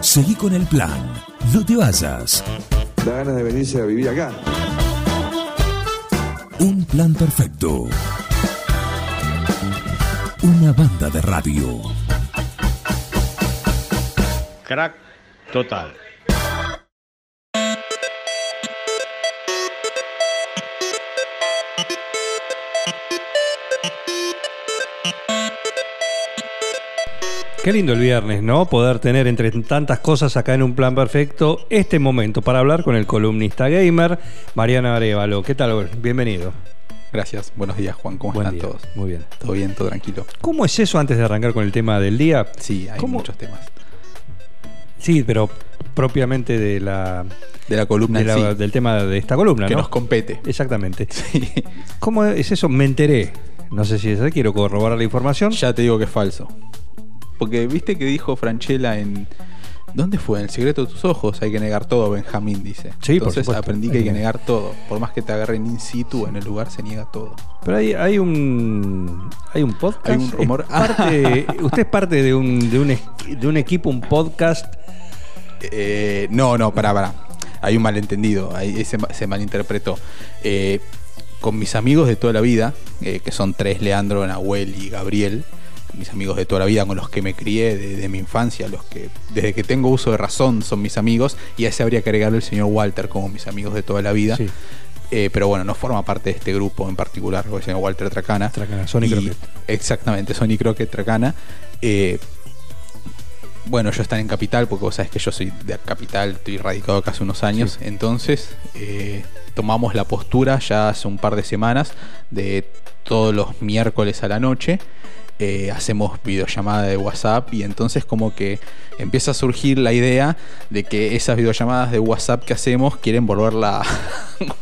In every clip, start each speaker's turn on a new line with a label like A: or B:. A: Seguí con el plan. No te vayas.
B: Da ganas de venirse a vivir acá.
A: Un plan perfecto. Una banda de radio.
C: Crack total.
D: Qué lindo el viernes, ¿no? Poder tener entre tantas cosas acá en un plan perfecto este momento para hablar con el columnista gamer Mariana Arevalo. ¿Qué tal? Bienvenido.
E: Gracias, buenos días Juan, ¿cómo
D: Buen
E: están
D: día.
E: todos?
D: Muy bien.
E: ¿Todo bien, todo tranquilo?
D: ¿Cómo es eso antes de arrancar con el tema del día?
E: Sí, hay
D: ¿Cómo?
E: muchos temas.
D: Sí, pero propiamente de la,
E: De la columna
D: de la-
E: en sí,
D: del tema de esta columna,
E: que
D: ¿no?
E: nos compete.
D: Exactamente. ¿Cómo es eso? Me enteré. No sé si es así, quiero corroborar la información.
E: ya te digo que es falso. Porque viste que dijo Franchella en... ¿Dónde fue? En El secreto de tus ojos hay que negar todo, Benjamín dice.
D: Sí, por
E: Entonces
D: supuesto.
E: aprendí que hay que negar todo. Por más que te agarren in situ en el lugar, se niega todo.
D: Pero hay, hay un hay un podcast.
E: Hay un rumor.
D: Es parte- usted es parte de un, de, un, es- de un equipo, un podcast.
E: Eh, no, no, pará, pará. Hay un malentendido, ahí se, ma- se malinterpretó. Eh, con mis amigos de toda la vida, eh, que son tres, Leandro, Nahuel y Gabriel, mis amigos de toda la vida, con los que me crié desde mi infancia, los que desde que tengo uso de razón son mis amigos, y a ese habría que agregarle el señor Walter como mis amigos de toda la vida.
D: Sí.
E: Eh, pero bueno, no forma parte de este grupo en particular, porque se llama Walter Tracana.
D: Tracana, Sonny
E: Y-
D: Crockett.
E: Exactamente, Sony Crockett Tracana. Eh, bueno, ellos están en Capital, porque vos sabés que yo soy de Capital, estoy radicado acá hace unos años. Entonces, eh, tomamos la postura ya hace un par de semanas de todos los miércoles a la noche. eh, hacemos videollamada de WhatsApp y entonces como que empieza a surgir la idea de que esas videollamadas de WhatsApp que hacemos quieren volverla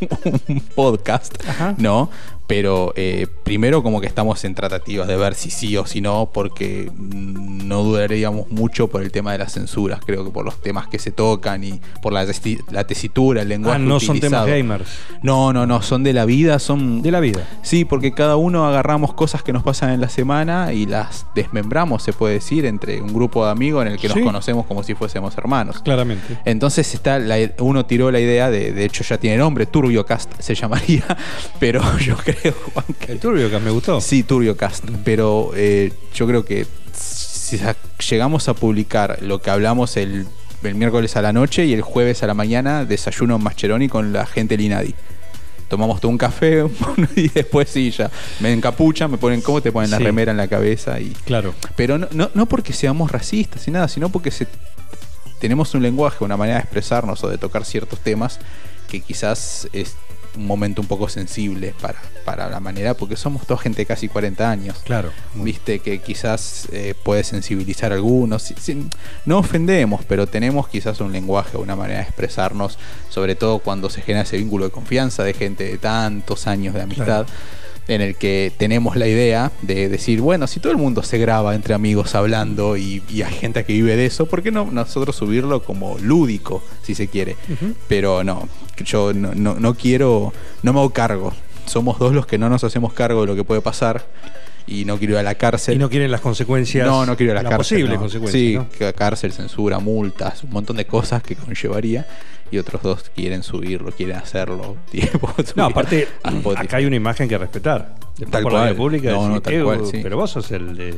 E: un podcast,
D: Ajá.
E: ¿no? Pero eh, primero como que estamos en tratativas de ver si sí o si no, porque no dudaríamos mucho por el tema de las censuras, creo que por los temas que se tocan y por la, testi- la tesitura, el lenguaje.
D: Ah, no son temas
E: utilizado.
D: gamers.
E: No, no, no, son de la vida, son...
D: De la vida.
E: Sí, porque cada uno agarramos cosas que nos pasan en la semana y las desmembramos, se puede decir, entre un grupo de amigos en el que
D: Sí.
E: nos conocemos como si fuésemos hermanos.
D: Claramente.
E: Entonces está la- uno tiró la idea de, de hecho ya tiene nombre, TurbioCast se llamaría, pero yo creo, Juan, que...
D: El turbio que me gustó.
E: Sí, TurbioCast, pero eh, yo creo que si sa- llegamos a publicar lo que hablamos el, el miércoles a la noche y el jueves a la mañana, desayuno en Mascheroni con la gente del Inadi. Tomamos todo un café y después sí, ya me encapuchan, me ponen cómo te ponen la
D: Sí.
E: remera en la cabeza y...
D: Claro.
E: Pero no, no, no porque seamos racistas y nada, sino porque se- tenemos un lenguaje, una manera de expresarnos o de tocar ciertos temas que quizás es un momento un poco sensible para, para la manera, porque somos toda gente de casi 40 años.
D: Claro.
E: Viste que quizás eh, puede sensibilizar a algunos. Si- si- no ofendemos, pero tenemos quizás un lenguaje, una manera de expresarnos, sobre todo cuando se genera ese vínculo de confianza de gente de tantos años de amistad, en el que tenemos la idea de decir, bueno, si todo el mundo se graba entre amigos hablando y, y hay gente que vive de eso, ¿por qué no nosotros subirlo como lúdico, si se quiere? Pero no, yo no, no- no quiero, no me hago cargo. Somos dos los que no nos hacemos cargo de lo que puede pasar y no quiero ir a la cárcel.
D: Y no quieren las consecuencias.
E: No, no quiero ir a la cárcel.
D: posibles
E: no.
D: consecuencias.
E: Sí,
D: ¿no?
E: que cárcel, censura, multas, un montón de cosas que conllevaría. Y otros dos quieren subirlo, quieren hacerlo. tipo,
D: No,
E: subir
D: aparte, mm,
E: a Spotify.
D: acá hay una imagen que respetar. Después
E: Tal
D: por la
E: cual.
D: República,
E: No,
D: decís,
E: no, tal
D: "Eh,
E: cual, sí.
D: Pero vos sos el de-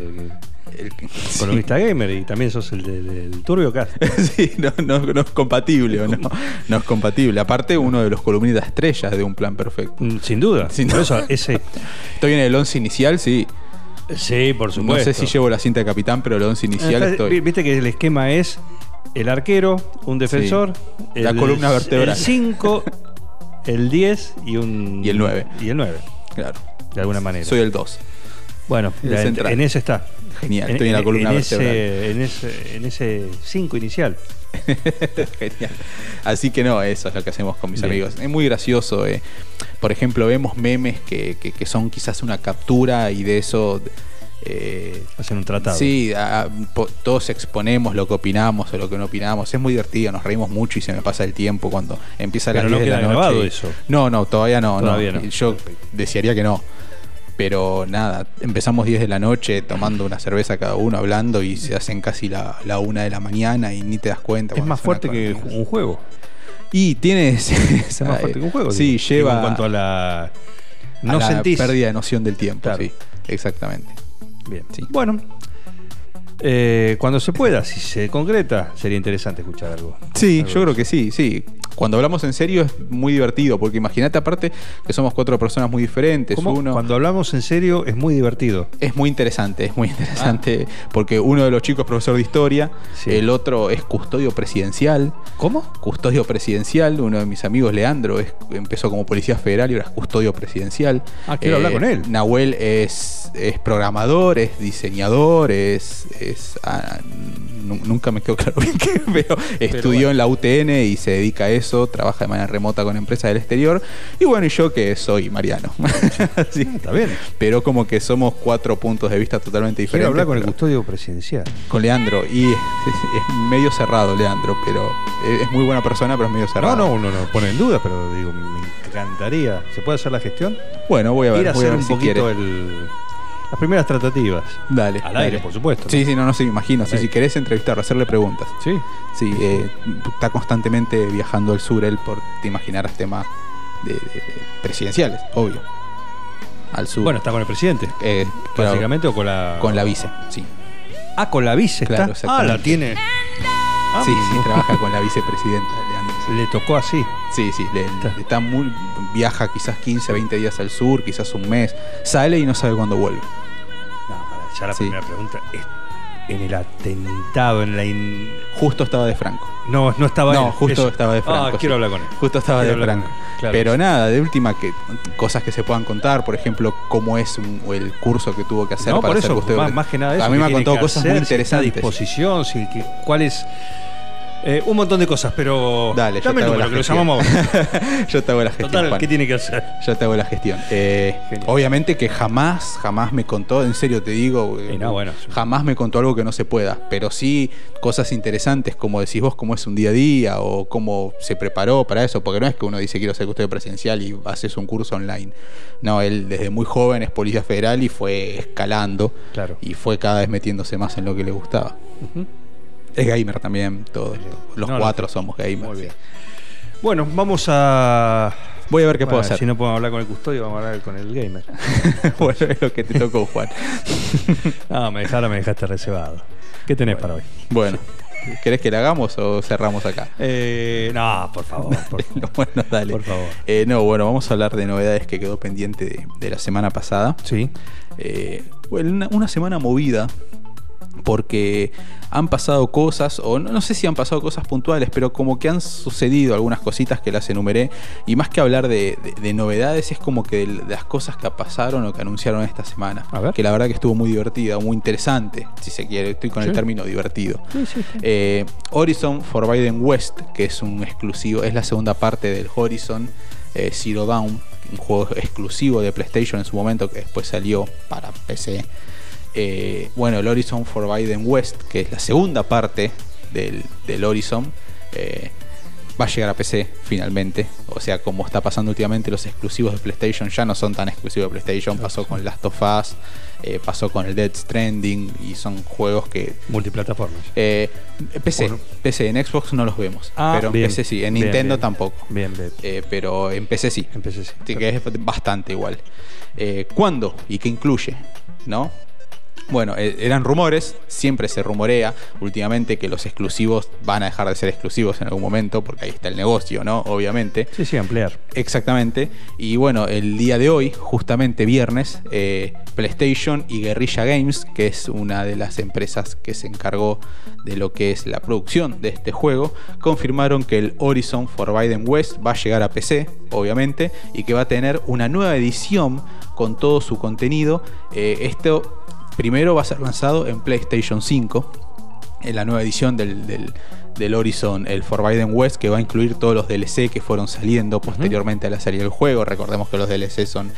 E: El-
D: columnista gamer y también sos el de- del turbio cast.
E: Sí, no, no- no es compatible, ¿o ¿no? No es compatible. Aparte, uno de los columnistas estrellas de un plan perfecto.
D: Mm, Sin duda.
E: Sin
D: Por
E: duda.
D: eso, ese.
E: Estoy en el 11 inicial, sí.
D: Sí, por
E: No
D: supuesto. Eh,
E: sé si llevo la cinta de capitán, pero el 11 inicial
D: Entonces, vi-
E: estoy.
D: Viste que el esquema es el arquero, un defensor,
E: Sí. La columna vertebral.
D: El 5, el 10 y un.
E: Y el nueve.
D: Y el 9,
E: Claro.
D: de alguna manera.
E: Soy el 2.
D: bueno,
E: el
D: la- en,
E: central.
D: en ese está.
E: Genial, estoy en la columna vertebral.
D: ese, en ese En ese 5 inicial.
E: Genial. Así que no, eso es lo que hacemos con mis
D: Bien.
E: amigos. Es muy gracioso. eh. Por ejemplo, vemos memes que, que- que son quizás una captura y de eso. eh,
D: Hacen un tratado.
E: Sí, a- a- po- todos exponemos lo que opinamos o lo que no opinamos. Es muy divertido, nos reímos mucho y se me pasa el tiempo cuando empieza la
D: Pero no
E: de la
D: queda
E: noche.
D: grabado eso.
E: No, no, todavía no, no.
D: Todavía no.
E: Yo desearía que no. Pero nada, empezamos 10 de la noche tomando una cerveza cada uno, hablando y se hacen casi la, la una de la mañana y ni te das cuenta.
D: Es
E: cuando
D: más
E: son
D: fuerte
E: las
D: que
E: cuatro.
D: un juego.
E: Y tienes.
D: Es más fuerte que un juego.
E: Ah, eh, Sí,
D: digo.
E: lleva.
D: En cuanto a la. No
E: a la
D: sentís.
E: pérdida de noción del tiempo,
D: Claro.
E: sí. Exactamente.
D: Bien,
E: Sí.
D: Bueno. eh, cuando se pueda, si se concreta, sería interesante escuchar algo.
E: Sí,
D: Algo
E: yo
D: de
E: creo
D: eso.
E: que sí, sí. Cuando hablamos en serio es muy divertido, porque imagínate aparte que somos cuatro personas muy diferentes.
D: ¿Cómo?
E: Uno
D: Cuando hablamos en serio, es muy divertido.
E: es muy interesante, es muy interesante, porque uno de los chicos es profesor de historia,
D: Sí.
E: el otro es custodio presidencial.
D: ¿Cómo?
E: Custodio presidencial, uno de mis amigos, Leandro, es- empezó como policía federal y ahora es custodio presidencial. Eh,
D: Ah, quiero hablar con él.
E: Nahuel es, es programador, es diseñador, es. es- ah, nu- nunca me quedó claro bien qué, pero, estudió en la UTN y se dedica a eso, trabaja de manera remota con empresas del exterior. Y bueno, y yo que soy Mariano. Así.
D: Está bien.
E: Pero como que somos cuatro puntos de vista totalmente
D: Quiero
E: diferentes.
D: hablar con el
E: pero-
D: custodio presidencial.
E: con Leandro. Y es, es- es medio cerrado, Leandro, pero es, es muy buena persona, pero es medio cerrado.
D: No, no, uno no pone en duda, pero digo, me encantaría. ¿Se puede hacer la gestión?
E: Bueno, voy a ver,
D: Ir a
E: voy a
D: hacer
E: ver
D: un
E: si
D: poquito
E: quiere.
D: el- las primeras tratativas.
E: Dale.
D: Al
E: dale.
D: aire, por supuesto.
E: Sí, sí, no, no, sí, me imagino. Sí,
D: Al
E: si
D: aire.
E: querés entrevistarlo, hacerle preguntas.
D: Sí.
E: Sí, eh, está constantemente viajando al sur él por te imaginarás temas de, de- presidenciales, obvio. Al sur.
D: Bueno, está con el presidente.
E: Eh, claro,
D: Básicamente, o con la.
E: con la vice, sí.
D: Ah, con la vice. está.
E: Claro,
D: ah,
E: exactamente.
D: la tiene. Ah,
E: Sí, sí,
D: mira.
E: trabaja con la vicepresidenta, Leandro. sí.
D: Le tocó así.
E: Sí, sí, le,
D: Está.
E: está muy, viaja quizás 15, 20 días al sur, quizás un mes, sale y no sabe cuándo vuelve.
D: No, para, ya la
E: Sí.
D: primera pregunta es en el atentado, en la. in-
E: Justo estaba de Franco.
D: No, no estaba
E: No,
D: él.
E: justo
D: Eso.
E: estaba de Franco,
D: Ah,
E: sí.
D: quiero hablar con él.
E: Justo estaba
D: Quiero
E: de
D: hablar
E: Franco.
D: con él, claro.
E: Pero nada, de última que cosas que se puedan contar, por ejemplo, cómo es un- o el curso que tuvo que hacer
D: No,
E: para
D: por
E: ser
D: eso,
E: custodio.
D: más, más que nada eso.
E: A mí me
D: qué
E: ha
D: tiene
E: contado
D: que
E: cosas muy
D: hacer, si está a
E: interesantes.
D: disposición, si, que- cuál es. eh, un montón de cosas, pero.
E: Dale, yo
D: dame
E: te
D: el
E: hago la
D: número, que lo
E: gestión.
D: llamamos.
E: Yo te hago la gestión.
D: Total,
E: Juan.
D: ¿qué tiene que hacer?
E: Yo te hago la gestión. Eh,
D: Genial.
E: obviamente que jamás, jamás me contó, en serio te digo, eh,
D: Y no, bueno, sí.
E: jamás me contó algo que no se pueda, pero sí cosas interesantes, como decís vos, cómo es un día a día o cómo se preparó para eso, porque no es que uno dice quiero ser custodio presencial y haces un curso online. No, él desde muy joven es policía federal y fue escalando
D: Claro.
E: y fue cada vez metiéndose más en lo que le gustaba. Es gamer también, todos. Los
D: No, no.
E: cuatro somos gamers.
D: Muy
E: sí.
D: bien. Bueno, vamos a.
E: Voy a ver qué puedo
D: Bueno,
E: hacer.
D: Si no podemos hablar con el custodio, vamos a hablar con el gamer.
E: bueno, es lo que te tocó, Juan.
D: No, me dejaron, me dejaste reservado. ¿Qué tenés para hoy?
E: Bueno, ¿querés que la hagamos o cerramos acá?
D: Eh, no, por favor, por favor.
E: Bueno, dale.
D: Por favor.
E: Eh, no, bueno, vamos a hablar de novedades que quedó pendiente de, de la semana pasada.
D: Sí.
E: Eh, bueno, una, una semana movida. Porque han pasado cosas, o no, no sé si han pasado cosas puntuales, pero como que han sucedido algunas cositas que las enumeré. Y más que hablar de, de- de novedades, es como que de, las cosas que pasaron o que anunciaron esta semana.
D: A ver.
E: Que la verdad que estuvo muy divertida, muy interesante, si se quiere. Estoy con el
D: Sí.
E: término divertido. Eh, Horizon Forbidden West, que es un exclusivo, es la segunda parte del Horizon eh, Zero Dawn, un juego exclusivo de PlayStation en su momento que después salió para PC. Eh, bueno, el Horizon Forbidden West, que es la segunda parte del, del Horizon, eh, va a llegar a PC finalmente. O sea, como está pasando últimamente, los exclusivos de PlayStation ya no son tan exclusivos de PlayStation. Pasó con Last of Us, eh, pasó con el Dead Stranding y son juegos que
D: Multiplataformas.
E: eh, PC,
D: Bueno. Ah,
E: PC, en Xbox no los vemos. pero en
D: bien.
E: PC sí, en
D: Bien,
E: Nintendo
D: bien.
E: tampoco.
D: Bien, bien.
E: Eh, pero en PC sí.
D: Empecé sí.
E: Así que es bastante igual. Eh, ¿Cuándo y qué incluye? ¿No? Bueno, eh, eran rumores, siempre se rumorea últimamente que los exclusivos van a dejar de ser exclusivos en algún momento, porque ahí está el negocio, ¿no? Obviamente.
D: Sí, sí, ampliar.
E: Exactamente. Y bueno, el día de hoy, justamente viernes, eh, PlayStation y Guerrilla Games, que es una de las empresas que se encargó de lo que es la producción de este juego, confirmaron que el Horizon Forbidden West va a llegar a PC, obviamente, y que va a tener una nueva edición con todo su contenido. Eh, esto primero va a ser lanzado en PlayStation 5 en la nueva edición del, del- del Horizon, el Forbidden West, que va a incluir todos los DLC que fueron saliendo posteriormente a la salida del juego. Recordemos que los DLC son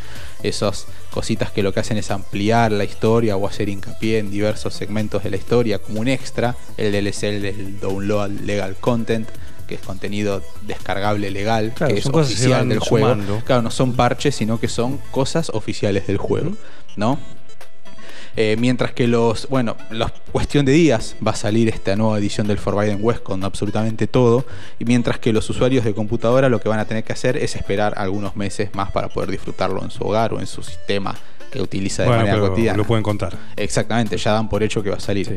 E: esas cositas que lo que hacen es ampliar la historia o hacer hincapié en diversos segmentos de la historia como un extra. El DLC el del Download Legal Content, que es contenido descargable legal,
D: Claro,
E: que es
D: son cosas que se
E: oficial
D: van
E: del juego.
D: sumando.
E: Claro, no son parches, sino que son cosas oficiales del juego, ¿no? Eh, mientras que los, bueno, los cuestión de días va a salir esta nueva edición del Forbidden West con absolutamente todo. Y mientras que los usuarios de computadora lo que van a tener que hacer es esperar algunos meses más para poder disfrutarlo en su hogar o en su sistema que utiliza de
D: Bueno,
E: manera
D: pero
E: cotidiana.
D: lo pueden contar.
E: Exactamente, ya dan por hecho que va a salir.
D: Sí.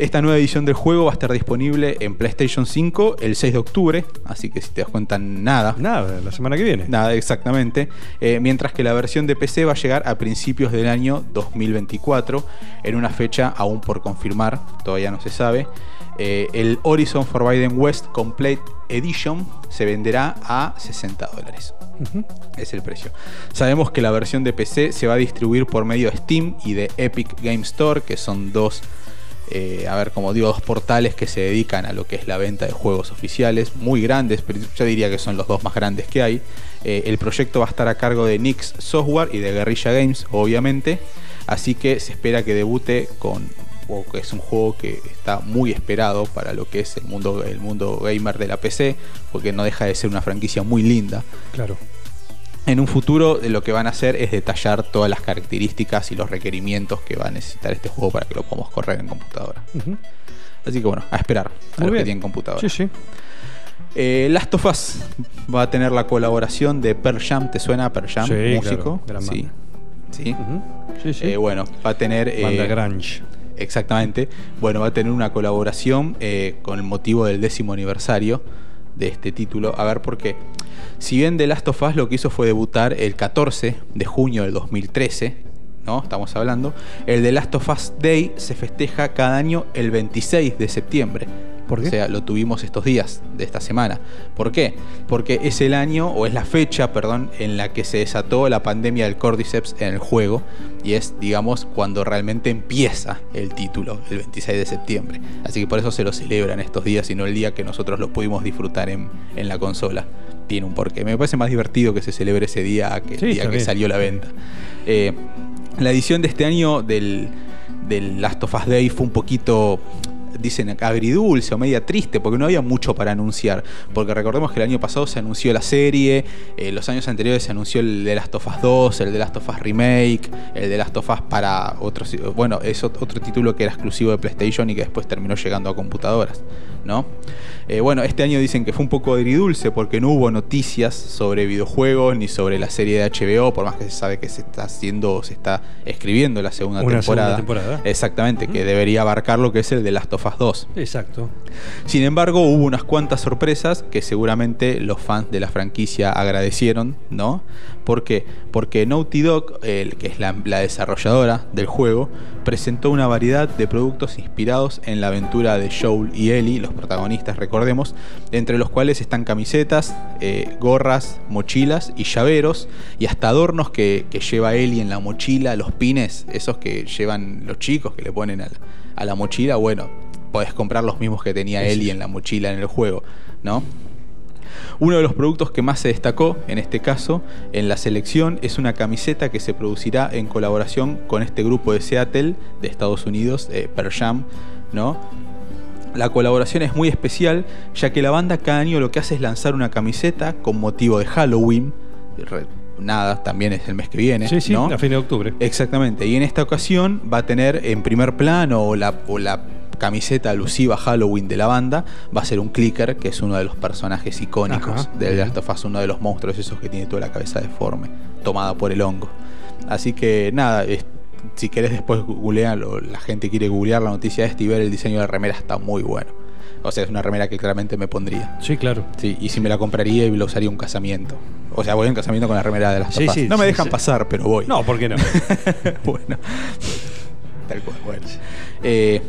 E: Esta nueva edición del juego va a estar disponible en PlayStation 5 el 6 de octubre, así que si te das cuenta, nada.
D: Nada, la semana que viene.
E: Nada, exactamente. Eh, mientras que la versión de PC va a llegar a principios del año 2024, en una fecha aún por confirmar, todavía no se sabe. Eh, el Horizon Forbidden West Complete Edition se venderá a 60 dólares. Es el precio. Sabemos que la versión de PC se va a distribuir por medio de Steam y de Epic Game Store, que son dos, eh, a ver, como digo, dos portales que se dedican a lo que es la venta de juegos oficiales, muy grandes, pero yo diría que son los dos más grandes que hay. Eh, el proyecto va a estar a cargo de Nix Software y de Guerrilla Games, obviamente, así que se espera que debute con o que es un juego que está muy esperado para lo que es el mundo, el mundo gamer de la PC, porque no deja de ser una franquicia muy linda.
D: Claro.
E: En un futuro eh, lo que van a hacer es detallar todas las características y los requerimientos que va a necesitar este juego para que lo podamos correr en computadora.
D: Ujú.
E: Así que bueno, a esperar a
D: Muy
E: lo que
D: bien.
E: tiene en computadora.
D: Sí, sí.
E: Eh, Last of Us va a tener la colaboración de Pearl Jam, ¿te suena Pearl Jam?
D: Sí,
E: músico.
D: claro, gran
E: sí. Sí.
D: Ujú. Sí, sí.
E: Eh, bueno, va a tener eh,
D: Banda Grunge.
E: Exactamente. Bueno, va a tener una colaboración eh, con el motivo del décimo aniversario de este título. A ver por qué. Si bien The Last of Us lo que hizo fue debutar el 14 de junio del 2013, ¿no? Estamos hablando. El The Last of Us Day se festeja cada año el 26 de septiembre.
D: ¿Por qué?
E: O sea, lo tuvimos estos días de esta semana. ¿Por qué? Porque es el año, o es la fecha, perdón, en la que se desató la pandemia del Cordyceps en el juego. Y es, digamos, cuando realmente empieza el título, el 26 de septiembre. Así que por eso se lo celebran estos días y no el día que nosotros lo pudimos disfrutar en, en la consola. Tiene un porqué. Me parece más divertido que se celebre ese día a que el
D: Sí,
E: día que
D: también.
E: salió la venta. Eh, la edición de este año del, del Last of Us Day fue un poquito, dicen acá, agridulce o media triste, porque no había mucho para anunciar. Porque recordemos que el año pasado se anunció la serie, eh, los años anteriores se anunció el de Last of Us 2, el de Last of Us Remake, el de Last of Us para otros. Bueno, es ot- otro título que era exclusivo de PlayStation y que después terminó llegando a computadoras, ¿no? Eh, bueno, este año dicen que fue un poco agridulce porque no hubo noticias sobre videojuegos ni sobre la serie de HBO, por más que se sabe que se está haciendo o se está escribiendo la segunda
D: Una
E: temporada.
D: segunda temporada.
E: Exactamente, que debería abarcar lo que es el de Last of Us 2.
D: Exacto.
E: Sin embargo, hubo unas cuantas sorpresas que seguramente los fans de la franquicia agradecieron, ¿no? ¿Por qué? Porque Naughty Dog, el que es la, la desarrolladora del juego, presentó una variedad de productos inspirados en la aventura de Joel y Ellie, los protagonistas, recordemos, entre los cuales están camisetas, eh, gorras, mochilas y llaveros, y hasta adornos que, que lleva Ellie en la mochila, los pines, esos que llevan los chicos que le ponen al- a la mochila, bueno podés comprar los mismos que tenía Ellie en la mochila en el juego, ¿no? Uno de los productos que más se destacó, en este caso, en la selección, es una camiseta que se producirá en colaboración con este grupo de Seattle, de Estados Unidos, eh, Pearl Jam, ¿no? La colaboración es muy especial, ya que la banda cada año lo que hace es lanzar una camiseta con motivo de Halloween. Re- nada, también es el mes que viene,
D: Sí, sí,
E: ¿no? Eh,
D: a fin de octubre.
E: Exactamente, y en esta ocasión va a tener en primer plano o la, o la camiseta alusiva a Halloween de la banda, va a ser un clicker, que es uno de los personajes icónicos
D: Ajá,
E: del
D: bien.
E: Last of Us, uno de los monstruos esos que tiene toda la cabeza deforme, tomada por el hongo. Así que nada, es- si querés después googlearlo, la gente quiere googlear la noticia esta y ver el diseño de la remera está muy bueno. O sea, es una remera que claramente me pondría.
D: Sí, claro.
E: Sí, y si me la compraría y la usaría en un casamiento. O sea, voy a un casamiento con la remera de las
D: Sí, sí,
E: No me
D: sí,
E: dejan
D: sí.
E: pasar, pero voy
D: No, ¿por qué no?
E: bueno. Tal cual, bueno. Eh,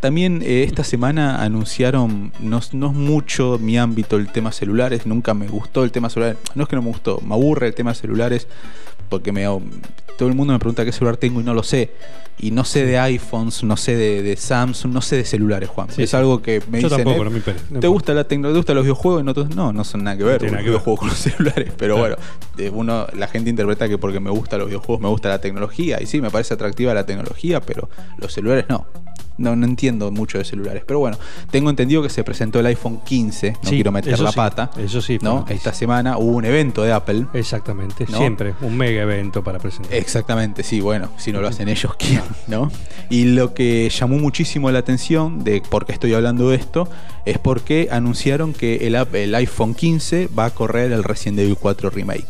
E: también eh, esta semana anunciaron, no, es- no es mucho mi ámbito el tema celulares, nunca me gustó el tema celular, no es que no me gustó, me aburre el tema celulares porque me, oh, todo el mundo me pregunta qué celular tengo y no lo sé, y no sé de iPhones, no sé de, de Samsung, no sé de celulares, Juan.
D: Sí,
E: es
D: sí.
E: algo que me
D: Yo
E: dicen,
D: tampoco,
E: eh,
D: no me interesa, no
E: ¿Te
D: importa.
E: gusta la tecnología? ¿Te gustan los videojuegos? No, te- no, no son nada que ver,
D: tiene
E: los
D: nada que ver.
E: videojuegos con los celulares, pero
D: Claro.
E: bueno, eh, uno, la gente interpreta que porque me gustan los videojuegos, me gusta la tecnología. Y sí, me parece atractiva la tecnología, pero los celulares no. No, no entiendo mucho de celulares, pero bueno, tengo entendido que se presentó el iPhone 15, no
D: Sí,
E: quiero meter
D: eso
E: la
D: sí,
E: pata.
D: eso sí fue
E: ¿no?
D: noticia.
E: Esta semana hubo un evento de Apple.
D: Exactamente,
E: ¿No? Eh,
D: siempre un mega evento para presentar.
E: Exactamente, sí, bueno, si no lo hacen ellos, ¿quién? ¿No? Y lo que llamó muchísimo la atención de por qué estoy hablando de esto es porque anunciaron que el, app- el iPhone 15 va a correr el Resident Evil 4 Remake.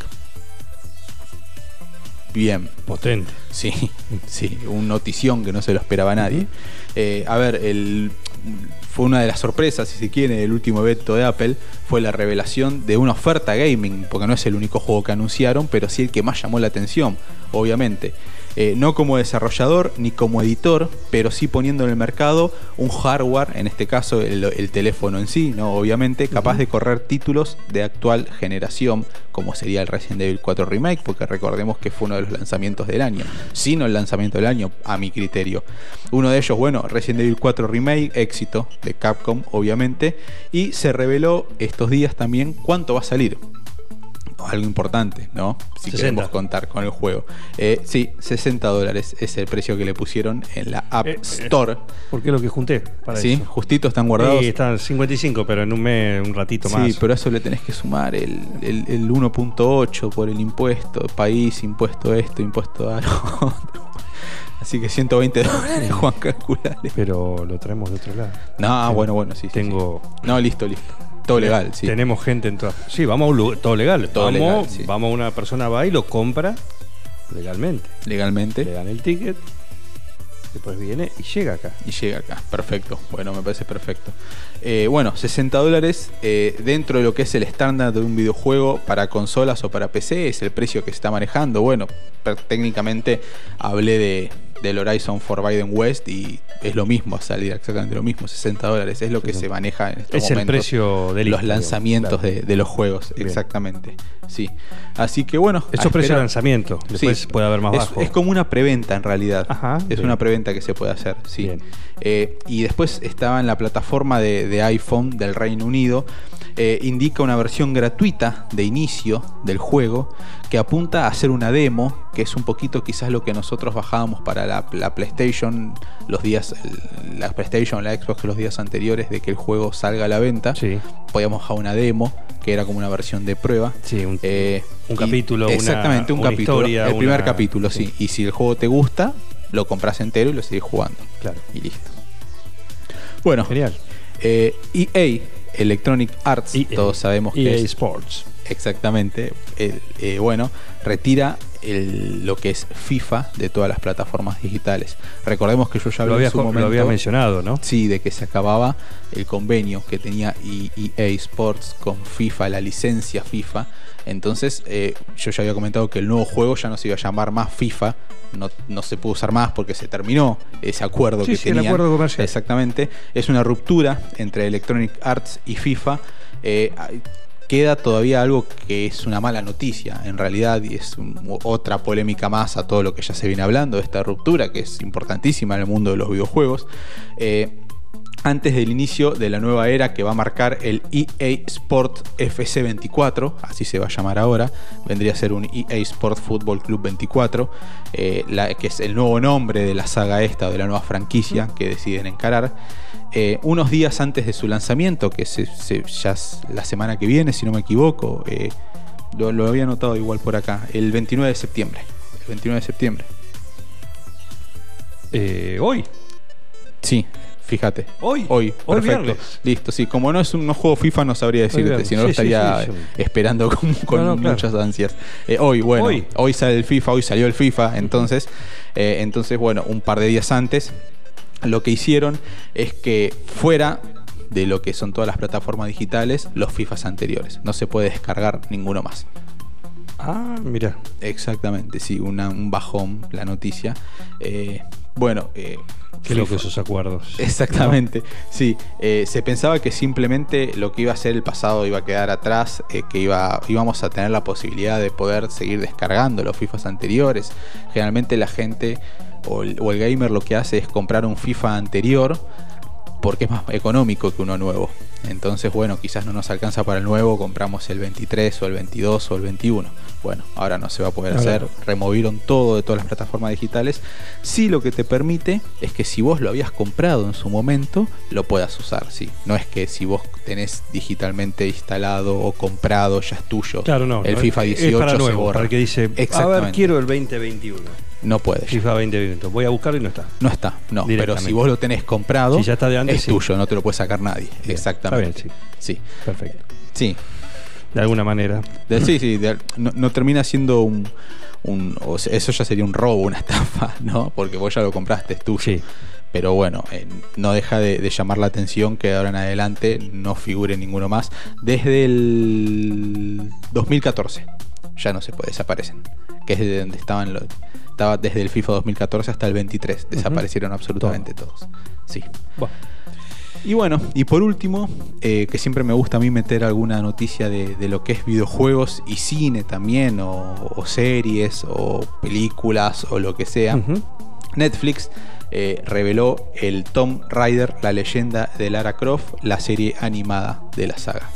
E: Bien,
D: Potente.
E: Sí, sí, un notición que no se lo esperaba a nadie. Eh, a ver, el, fue una de las sorpresas, si se quiere, del último evento de Apple, fue la revelación de una oferta gaming, porque no es el único juego que anunciaron, pero sí el que más llamó la atención, obviamente. Eh, no como desarrollador ni como editor, pero sí poniendo en el mercado un hardware, en este caso el, el teléfono en sí, ¿no? Obviamente, capaz de correr títulos de actual generación, como sería el Resident Evil 4 Remake, porque recordemos que fue uno de los lanzamientos del año, sino el lanzamiento del año, a mi criterio. Uno de ellos, bueno, Resident Evil 4 Remake, éxito de Capcom, obviamente, y se reveló estos días también cuánto va a salir. Algo importante, ¿no? Si
D: 60.
E: queremos contar con el juego. Eh, sí, 60 dólares es el precio que le pusieron en la App
D: Eh, eh,
E: Store.
D: Porque es lo que junté para
E: ¿Sí?
D: eso.
E: Justito están guardados.
D: Sí, están 55, pero en un mes, un ratito
E: Sí,
D: más.
E: pero a eso le tenés que sumar el, el- el 1.8 por el impuesto, país, impuesto esto, impuesto a lo otro. Así que 120 dólares, Juan, calculale.
D: Pero lo traemos de otro lado.
E: No, bueno, bueno, sí, sí.
D: Tengo-
E: sí. No, listo, listo. Todo legal, sí.
D: Tenemos gente en todas. Sí, vamos a un lugar, todo legal.
E: Todo
D: vamos,
E: legal, sí.
D: vamos a una persona va y lo compra legalmente.
E: Legalmente.
D: Le dan el ticket, después viene y llega acá.
E: Y llega acá, perfecto. Bueno, me parece perfecto. Eh, bueno, 60 dólares eh, dentro de lo que es el estándar de un videojuego para consolas o para PC, es el precio que se está manejando. Bueno, per- técnicamente hablé de, del Horizon Forbidden West y es lo mismo, va a salir exactamente lo mismo, 60 dólares. Es lo que se maneja en estos
D: Es el
E: momentos
D: precio del
E: los
D: libro,
E: lanzamientos
D: claro.
E: de, de los juegos,
D: Bien.
E: exactamente. Sí. Así que bueno. a
D: Eso es precio
E: esperar.
D: de lanzamiento. Después
E: Sí.
D: puede haber más
E: es,
D: bajo.
E: Es como una preventa en realidad.
D: Ajá,
E: es
D: bien.
E: una preventa que se puede hacer, sí.
D: Bien.
E: Eh, y después estaba en la plataforma de, de iPhone del Reino Unido. eh, indica una versión gratuita de inicio del juego que apunta a hacer una demo, que es un poquito quizás lo que nosotros bajábamos para la, la PlayStation los días, el- la PlayStation, la Xbox los días anteriores de que el juego salga a la venta.
D: Sí.
E: Podíamos bajar una demo, que era como una versión de prueba.
D: Sí, un-
E: Eh,
D: un capítulo, una-
E: Exactamente, un
D: una
E: capítulo.
D: historia,
E: el primer
D: una-
E: capítulo, sí. Y si el juego te gusta, lo compras entero y lo sigues jugando.
D: Claro.
E: Y listo. Bueno,
D: Genial. E
E: eh, EA, Electronic Arts,
D: EA.
E: todos sabemos
D: EA
E: que es
D: Sports.
E: Exactamente. El, eh, bueno, retira el- lo que es FIFA de todas las plataformas digitales. Recordemos que yo ya
D: Lo
E: hablé en
D: habías,
E: su
D: co- lo
E: momento-
D: habías mencionado, ¿no?
E: Sí, de que se acababa el convenio que tenía EA Sports con FIFA, la licencia FIFA. Entonces, eh, yo ya había comentado que el nuevo juego ya no se iba a llamar más FIFA, no, no se pudo usar más porque se terminó ese acuerdo
D: Sí,
E: que
D: sí, el
E: tenían.
D: acuerdo comercial.
E: Exactamente. Es una ruptura entre Electronic Arts y FIFA. Eh, hay- Queda todavía algo que es una mala noticia, en realidad, y es un- otra polémica más a todo lo que ya se viene hablando, esta ruptura que es importantísima en el mundo de los videojuegos. Eh, antes del inicio de la nueva era que va a marcar el EA Sport FC 24, así se va a llamar ahora, vendría a ser un EA Sport Football Club 24, eh, la- que es el nuevo nombre de la saga esta, o de la nueva franquicia que deciden encarar. Eh, unos días antes de su lanzamiento, que se- se- ya es la semana que viene, si no me equivoco, eh, lo, lo había anotado igual por acá, el 29 de septiembre. El 29 de septiembre.
D: Eh, hoy.
E: Sí, fíjate.
D: Hoy.
E: Hoy,
D: Hoy
E: perfecto.
D: viernes.
E: Listo, sí. Como no es un no juego FIFA, no sabría decirte.
D: viernes.
E: Si no, lo
D: Sí, sí,
E: estaría
D: sí, sí.
E: esperando con, con
D: No, no, claro.
E: muchas ansias. Eh, hoy, bueno, hoy.
D: Hoy.
E: sale el FIFA, hoy salió el FIFA. Entonces, eh, entonces bueno, un par de días antes, lo que hicieron es que fuera de lo que son todas las plataformas digitales, los FIFAs anteriores. No se puede descargar ninguno más.
D: Ah, mira.
E: Exactamente, sí, una- un bajón la noticia. Eh, bueno, eh,
D: Qué loco
E: FIFA.
D: esos acuerdos.
E: Exactamente, sí. Eh, se pensaba que simplemente lo que iba a ser el pasado iba a quedar atrás, eh, que iba, íbamos a tener la posibilidad de poder seguir descargando los FIFAs anteriores. Generalmente la gente o el, o el gamer lo que hace es comprar un FIFA anterior, porque es más económico que uno nuevo. Entonces, bueno, quizás no nos alcanza para el nuevo, compramos el 23 o el 22 o el 21. Bueno, ahora no se va a poder
D: Claro.
E: hacer, removieron todo de todas las plataformas digitales. Sí lo que te permite es que si vos lo habías comprado en su momento, lo puedas usar, sí. No es que si vos tenés digitalmente instalado o comprado, ya es tuyo.
D: Claro, no.
E: El
D: no,
E: FIFA
D: es
E: 18
D: para nuevo,
E: se borra.
D: Para el que dice, a
E: Exactamente.
D: ver, quiero el 2021.
E: No puedes.
D: FIFA 2021. Voy a buscarlo y no está.
E: No está, no. Pero
D: Directamente.
E: si vos lo tenés comprado,
D: Si ya está de antes,
E: es
D: sí.
E: tuyo, no te lo puede sacar nadie.
D: Bien,
E: Exactamente.
D: está bien,
E: sí.
D: Perfecto.
E: Sí.
D: De alguna manera.
E: De- sí, sí, de- no, no termina siendo un. un- o sea, eso ya sería un robo, una estafa, ¿no? Porque vos ya lo compraste, es tuyo.
D: Sí.
E: Pero bueno, eh, no deja de, de llamar la atención que de ahora en adelante no figure ninguno más. Desde el 2014 ya no se puede, desaparecen. Que es de donde estaban los. Estaba desde el FIFA 2014 hasta el 23. Desaparecieron absolutamente todos. Sí.
D: Bueno,
E: Y bueno, y por último, eh, que siempre me gusta a mí meter alguna noticia de, de lo que es videojuegos y cine también, o, o series, o películas, o lo que sea.
D: ujú.
E: Netflix eh, reveló el Tom Rider, la leyenda de Lara Croft, la serie animada de la saga.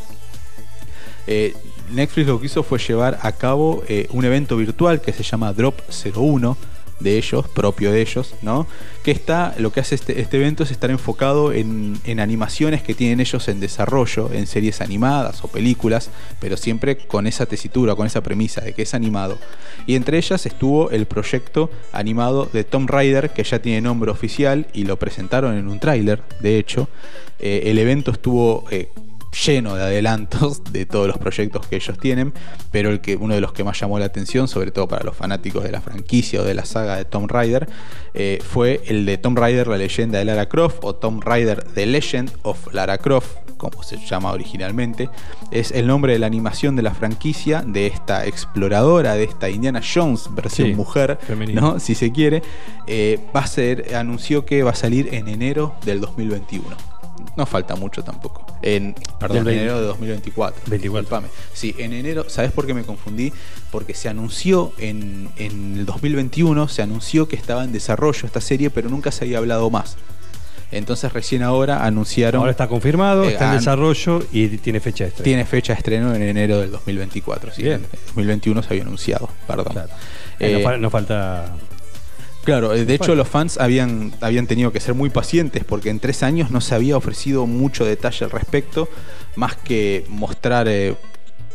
E: Eh, Netflix lo que hizo fue llevar a cabo eh, un evento virtual que se llama Drop 01 de ellos, propio de ellos, ¿no? Que está, lo que hace este, este evento es estar enfocado en, en animaciones que tienen ellos en desarrollo, en series animadas o películas, pero siempre con esa tesitura, con esa premisa de que es animado. Y entre ellas estuvo el proyecto animado de Tom Raider, que ya tiene nombre oficial y lo presentaron en un tráiler, de hecho. Eh, el evento estuvo eh, lleno de adelantos de todos los proyectos que ellos tienen, pero el que, uno de los que más llamó la atención, sobre todo para los fanáticos de la franquicia o de la saga de Tom Raider, eh, fue el de Tom Raider, la leyenda de Lara Croft, o Tom Raider, The Legend of Lara Croft, como se llama originalmente. Es el nombre de la animación de la franquicia, de esta exploradora, de esta Indiana Jones versión
D: Sí,
E: mujer,
D: femenina.
E: ¿no? si se quiere, eh, va a ser, anunció que va a salir en enero del 2021. No falta mucho tampoco. En, perdón,
D: Del
E: en
D: 20.
E: enero de 2024.
D: 24.
E: Disculpame. Sí, en enero, ¿sabes por qué me confundí? Porque se anunció en, en el 2021, se anunció que estaba en desarrollo esta serie, pero nunca se había hablado más. Entonces recién ahora anunciaron...
D: Ahora está confirmado,
E: Eh,
D: está
E: ah,
D: en desarrollo y tiene fecha extra.
E: Tiene fecha de estreno en enero del 2024. Sí,
D: Bien.
E: en 2021 se había anunciado, perdón.
D: Claro.
E: Eh,
D: Eh, no, fal- no falta.
E: Claro, eh, de hecho
D: Bueno.
E: los fans habían, habían tenido que ser muy pacientes porque en tres años no se había ofrecido mucho detalle al respecto, más que mostrar eh,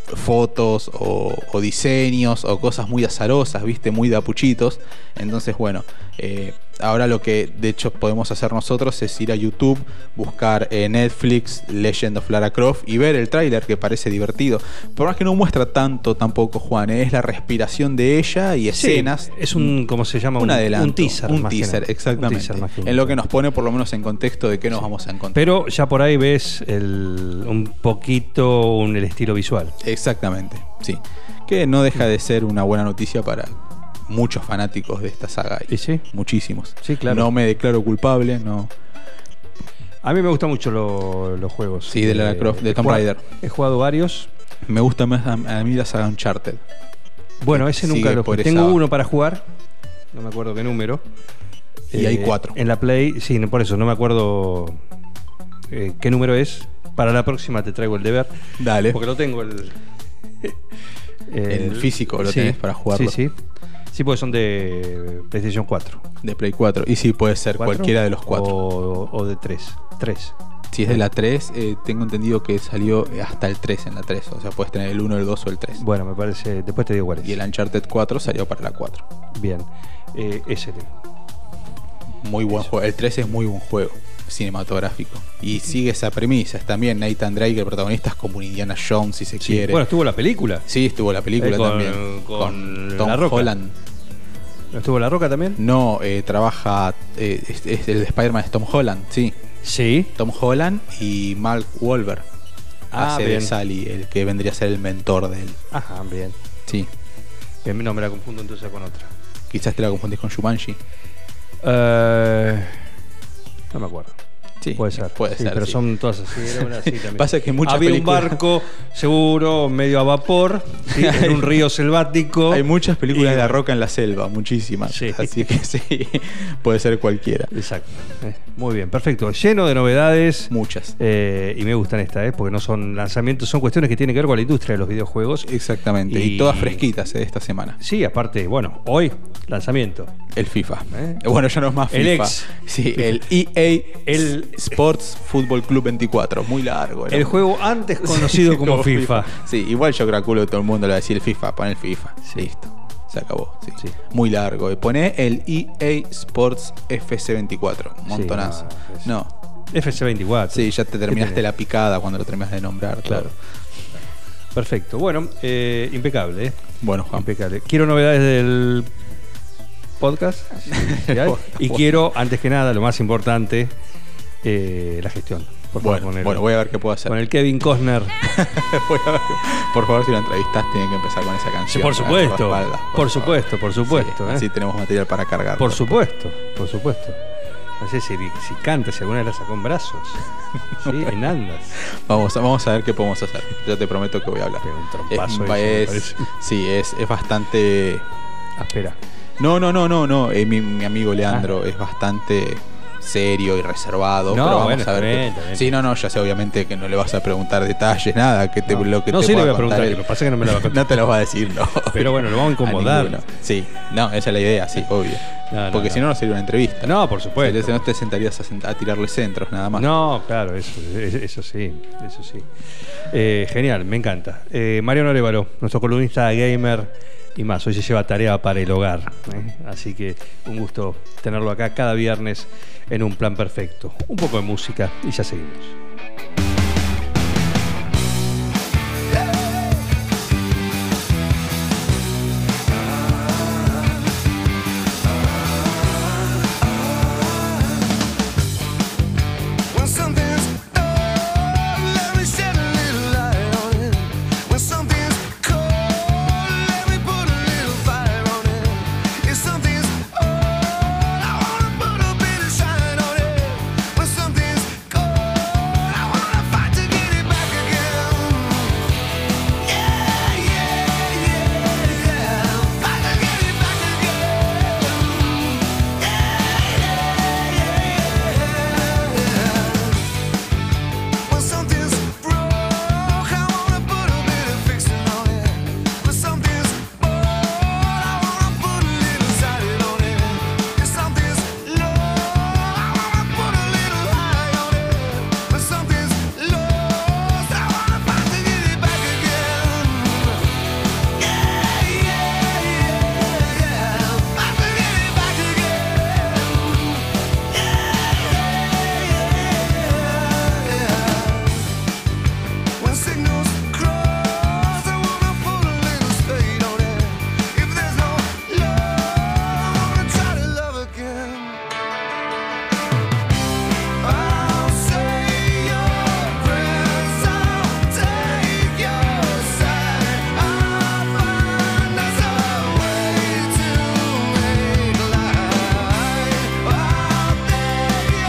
E: fotos o, o diseños o cosas muy azarosas, viste, muy de apuchitos. Entonces, bueno, eh, ahora lo que de hecho podemos hacer nosotros es ir a YouTube, buscar eh, Netflix, Legend of Lara Croft y ver el tráiler que parece divertido. Por más que no muestra tanto tampoco, Juan, eh, es la respiración de ella y escenas.
D: Sí, es un, ¿cómo se llama?
E: Un adelanto.
D: Un teaser.
E: Un
D: más que
E: teaser,
D: nada.
E: exactamente.
D: Un teaser más que
E: en lo
D: nada.
E: que nos pone por lo menos en contexto de qué nos vamos a encontrar.
D: Pero ya por ahí ves el- un poquito un- el estilo visual.
E: exactamente, sí. Que no deja de ser una buena noticia para muchos fanáticos de esta saga. y
D: ¿Y sí?
E: Muchísimos.
D: Sí, claro.
E: No me declaro culpable, no.
D: A mí me gustan mucho lo- los juegos.
E: Sí, de Lara
D: Eh,
E: Croft, de
D: he
E: Tomb
D: jugado-
E: Raider.
D: He jugado varios.
E: Me gusta más a, a mí la saga Uncharted.
D: Bueno, ese nunca
E: Sigue
D: lo
E: por
D: jugué.
E: esa
D: Tengo
E: baja.
D: uno para jugar. No me acuerdo qué número.
E: Y hay cuatro.
D: Eh, En la Play, sí, no, por eso, no me acuerdo eh, qué número es. Para la próxima te traigo el deber.
E: Dale.
D: Porque lo tengo el.
E: El físico lo tenés para jugarlo.
D: Sí, sí. Sí, porque son de PlayStation 4.
E: De Play 4. Y sí, puede ser
D: ¿Cuatro?
E: cualquiera de los cuatro.
D: O, o de 3. 3.
E: Si es de la 3, eh, tengo entendido que salió eh, hasta el 3 en la 3. O sea, puedes tener el 1, el 2 o el 3.
D: Bueno, me parece. Después te digo cuál es.
E: Y el Uncharted 4 salió para la 4.
D: Bien. Eh, ese tengo.
E: Muy buen juego. El 3 es muy buen juego cinematográfico. Y sigue esa premisa. Es también Nathan Drake, el protagonista, es como un Indiana Jones, si se quiere.
D: Bueno, estuvo la película.
E: sí, estuvo la película
D: Eh, con-
E: también.
D: con
E: Con
D: La
E: Tom
D: Roca.
E: Holland.
D: ¿Estuvo La Roca también?
E: No, eh, trabaja. eh, es, es el de Spider-Man es Tom Holland, sí.
D: Sí.
E: Tom Holland y Mark Wahlberg.
D: Ah,
E: hace de
D: bien.
E: Sally, el que vendría a ser el mentor de él.
D: Ajá, bien.
E: Sí.
D: Bien, No, me la confundo entonces con otra.
E: Quizás te la confundís con Shumanji.
D: Eh, no me acuerdo.
E: Sí,
D: puede ser.
E: puede
D: Sí,
E: ser,
D: Pero
E: sí.
D: son todas así. era una así también.
E: Pasa que muchas
D: Había
E: películas-
D: un barco seguro, medio a vapor, ¿sí? en un río selvático.
E: Hay muchas películas
D: Y-
E: de La Roca en la selva, muchísimas.
D: Sí.
E: Así que sí, puede ser cualquiera.
D: Exacto. Eh, Muy bien, perfecto. Lleno de novedades.
E: Muchas.
D: Eh, y me gustan estas, ¿eh? porque no son lanzamientos, son cuestiones que tienen que ver con la industria de los videojuegos.
E: Exactamente. Y,
D: Y-
E: todas fresquitas eh, esta semana.
D: Sí, aparte, bueno, hoy lanzamiento.
E: El FIFA.
D: ¿Eh?
E: Bueno, ya no es más FIFA.
D: El ex.
E: Sí, el EA
D: El-
E: el Sports Fútbol Club 24. Muy largo. era.
D: El juego antes conocido
E: Sí,
D: como, FIFA.
E: Sí, igual yo calculo que todo el mundo le va a decir FIFA, pon el FIFA. Listo. Se acabó. sí.
D: Sí.
E: Muy largo. Y Poné el EA Sports FC24. Montonazo.
D: Sí,
E: no,
D: FC24.
E: Sí, ya te terminaste
D: tenés?
E: la picada cuando lo terminas de nombrar.
D: Claro.
E: Claro.
D: Perfecto. Bueno, eh, impecable, ¿eh?
E: Bueno, Juan.
D: Impecable. Quiero novedades del podcast. ¿sí hay? y quiero, antes que nada, lo más importante, eh, la gestión. Por favor,
E: Bueno,
D: con el-
E: bueno, voy a ver qué puedo hacer.
D: con el Kevin Costner.
E: Voy a ver qué- Por favor, si lo entrevistas, tiene que empezar con esa
D: Sí,
E: canción.
D: por
E: ¿eh?
D: supuesto,
E: la espalda,
D: por
E: favor.
D: supuesto, por supuesto.
E: Sí,
D: ¿eh?
E: Así tenemos material para cargar.
D: Por supuesto, por supuesto. No sé si, si canta, si alguna vez la sacó en brazos. Sí, en andas.
E: Vamos, a- vamos a ver qué podemos hacer. Ya te prometo que voy a hablar.
D: Pega un
E: Es,
D: trompazo
E: es-
D: eso, me parece.
E: sí, es, es bastante.
D: Ah, espera.
E: No, no, no, no, no. eh, mi, mi amigo Leandro es bastante serio y reservado.
D: Ah. No,
E: pero vamos
D: bueno,
E: a
D: está
E: ver. qué-
D: bien, está bien.
E: Sí, no, no, ya sé, obviamente que no le vas a preguntar detalles, nada, que te
D: No.
E: lo que
D: No,
E: te
D: sí le
E: pueda
D: voy a preguntar,
E: contar él.
D: que lo que pasa es que no me la va a contar.
E: no te lo va a decir, no.
D: Pero bueno, lo vamos a incomodar.
E: ninguno. sí, no, esa es la idea, sí, obvio.
D: No, no,
E: Porque
D: no.
E: si no, no sería una entrevista.
D: No, por supuesto.
E: Si no te sentarías a, sent- a tirarle centros, nada más.
D: No, claro, eso, es- eso sí, eso sí. Eh, genial, me encanta. Eh, Mariano Arevalo, nuestro columnista gamer y más, hoy se lleva tarea para el hogar. ¿eh? Así que un gusto tenerlo acá cada viernes en un plan perfecto. Un poco de música y ya seguimos.
F: When something's cold, let me shed a little light on it. When something's cold, let me put a little fire on it. If something's old, I wanna put a bit of shine on it. When something's cold, I wanna fight to get it back again. Yeah, yeah, yeah, yeah. Fight to get it back again. When something's broke, I wanna put a bit of fixing on it. When something's bored, I wanna put a little siding on it. If something's low, I wanna put a little high on it. When something's lost, I wanna find to get it back again. Yeah, yeah, yeah, yeah. Find to get it back again. When signals cross, I wanna put a little spade on it. If there's no love, I wanna try to love again. I'll say your prayers, I'll take your side. I'll find there's a way to make light. I'll take your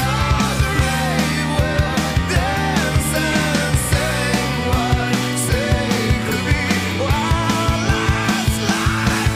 F: grave, we'll dance and sing what saved could be our last lifetime.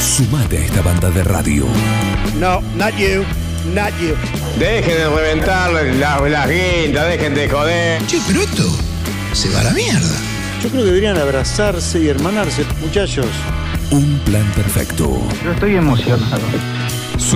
A: Sumate a esta banda de radio.
G: No, not you. Not you.
B: Dejen de reventar las, las guindas, dejen de joder.
H: Che, pero esto se va a la mierda.
G: Yo creo que deberían abrazarse y hermanarse, muchachos.
A: Un plan perfecto.
H: Yo estoy emocionado.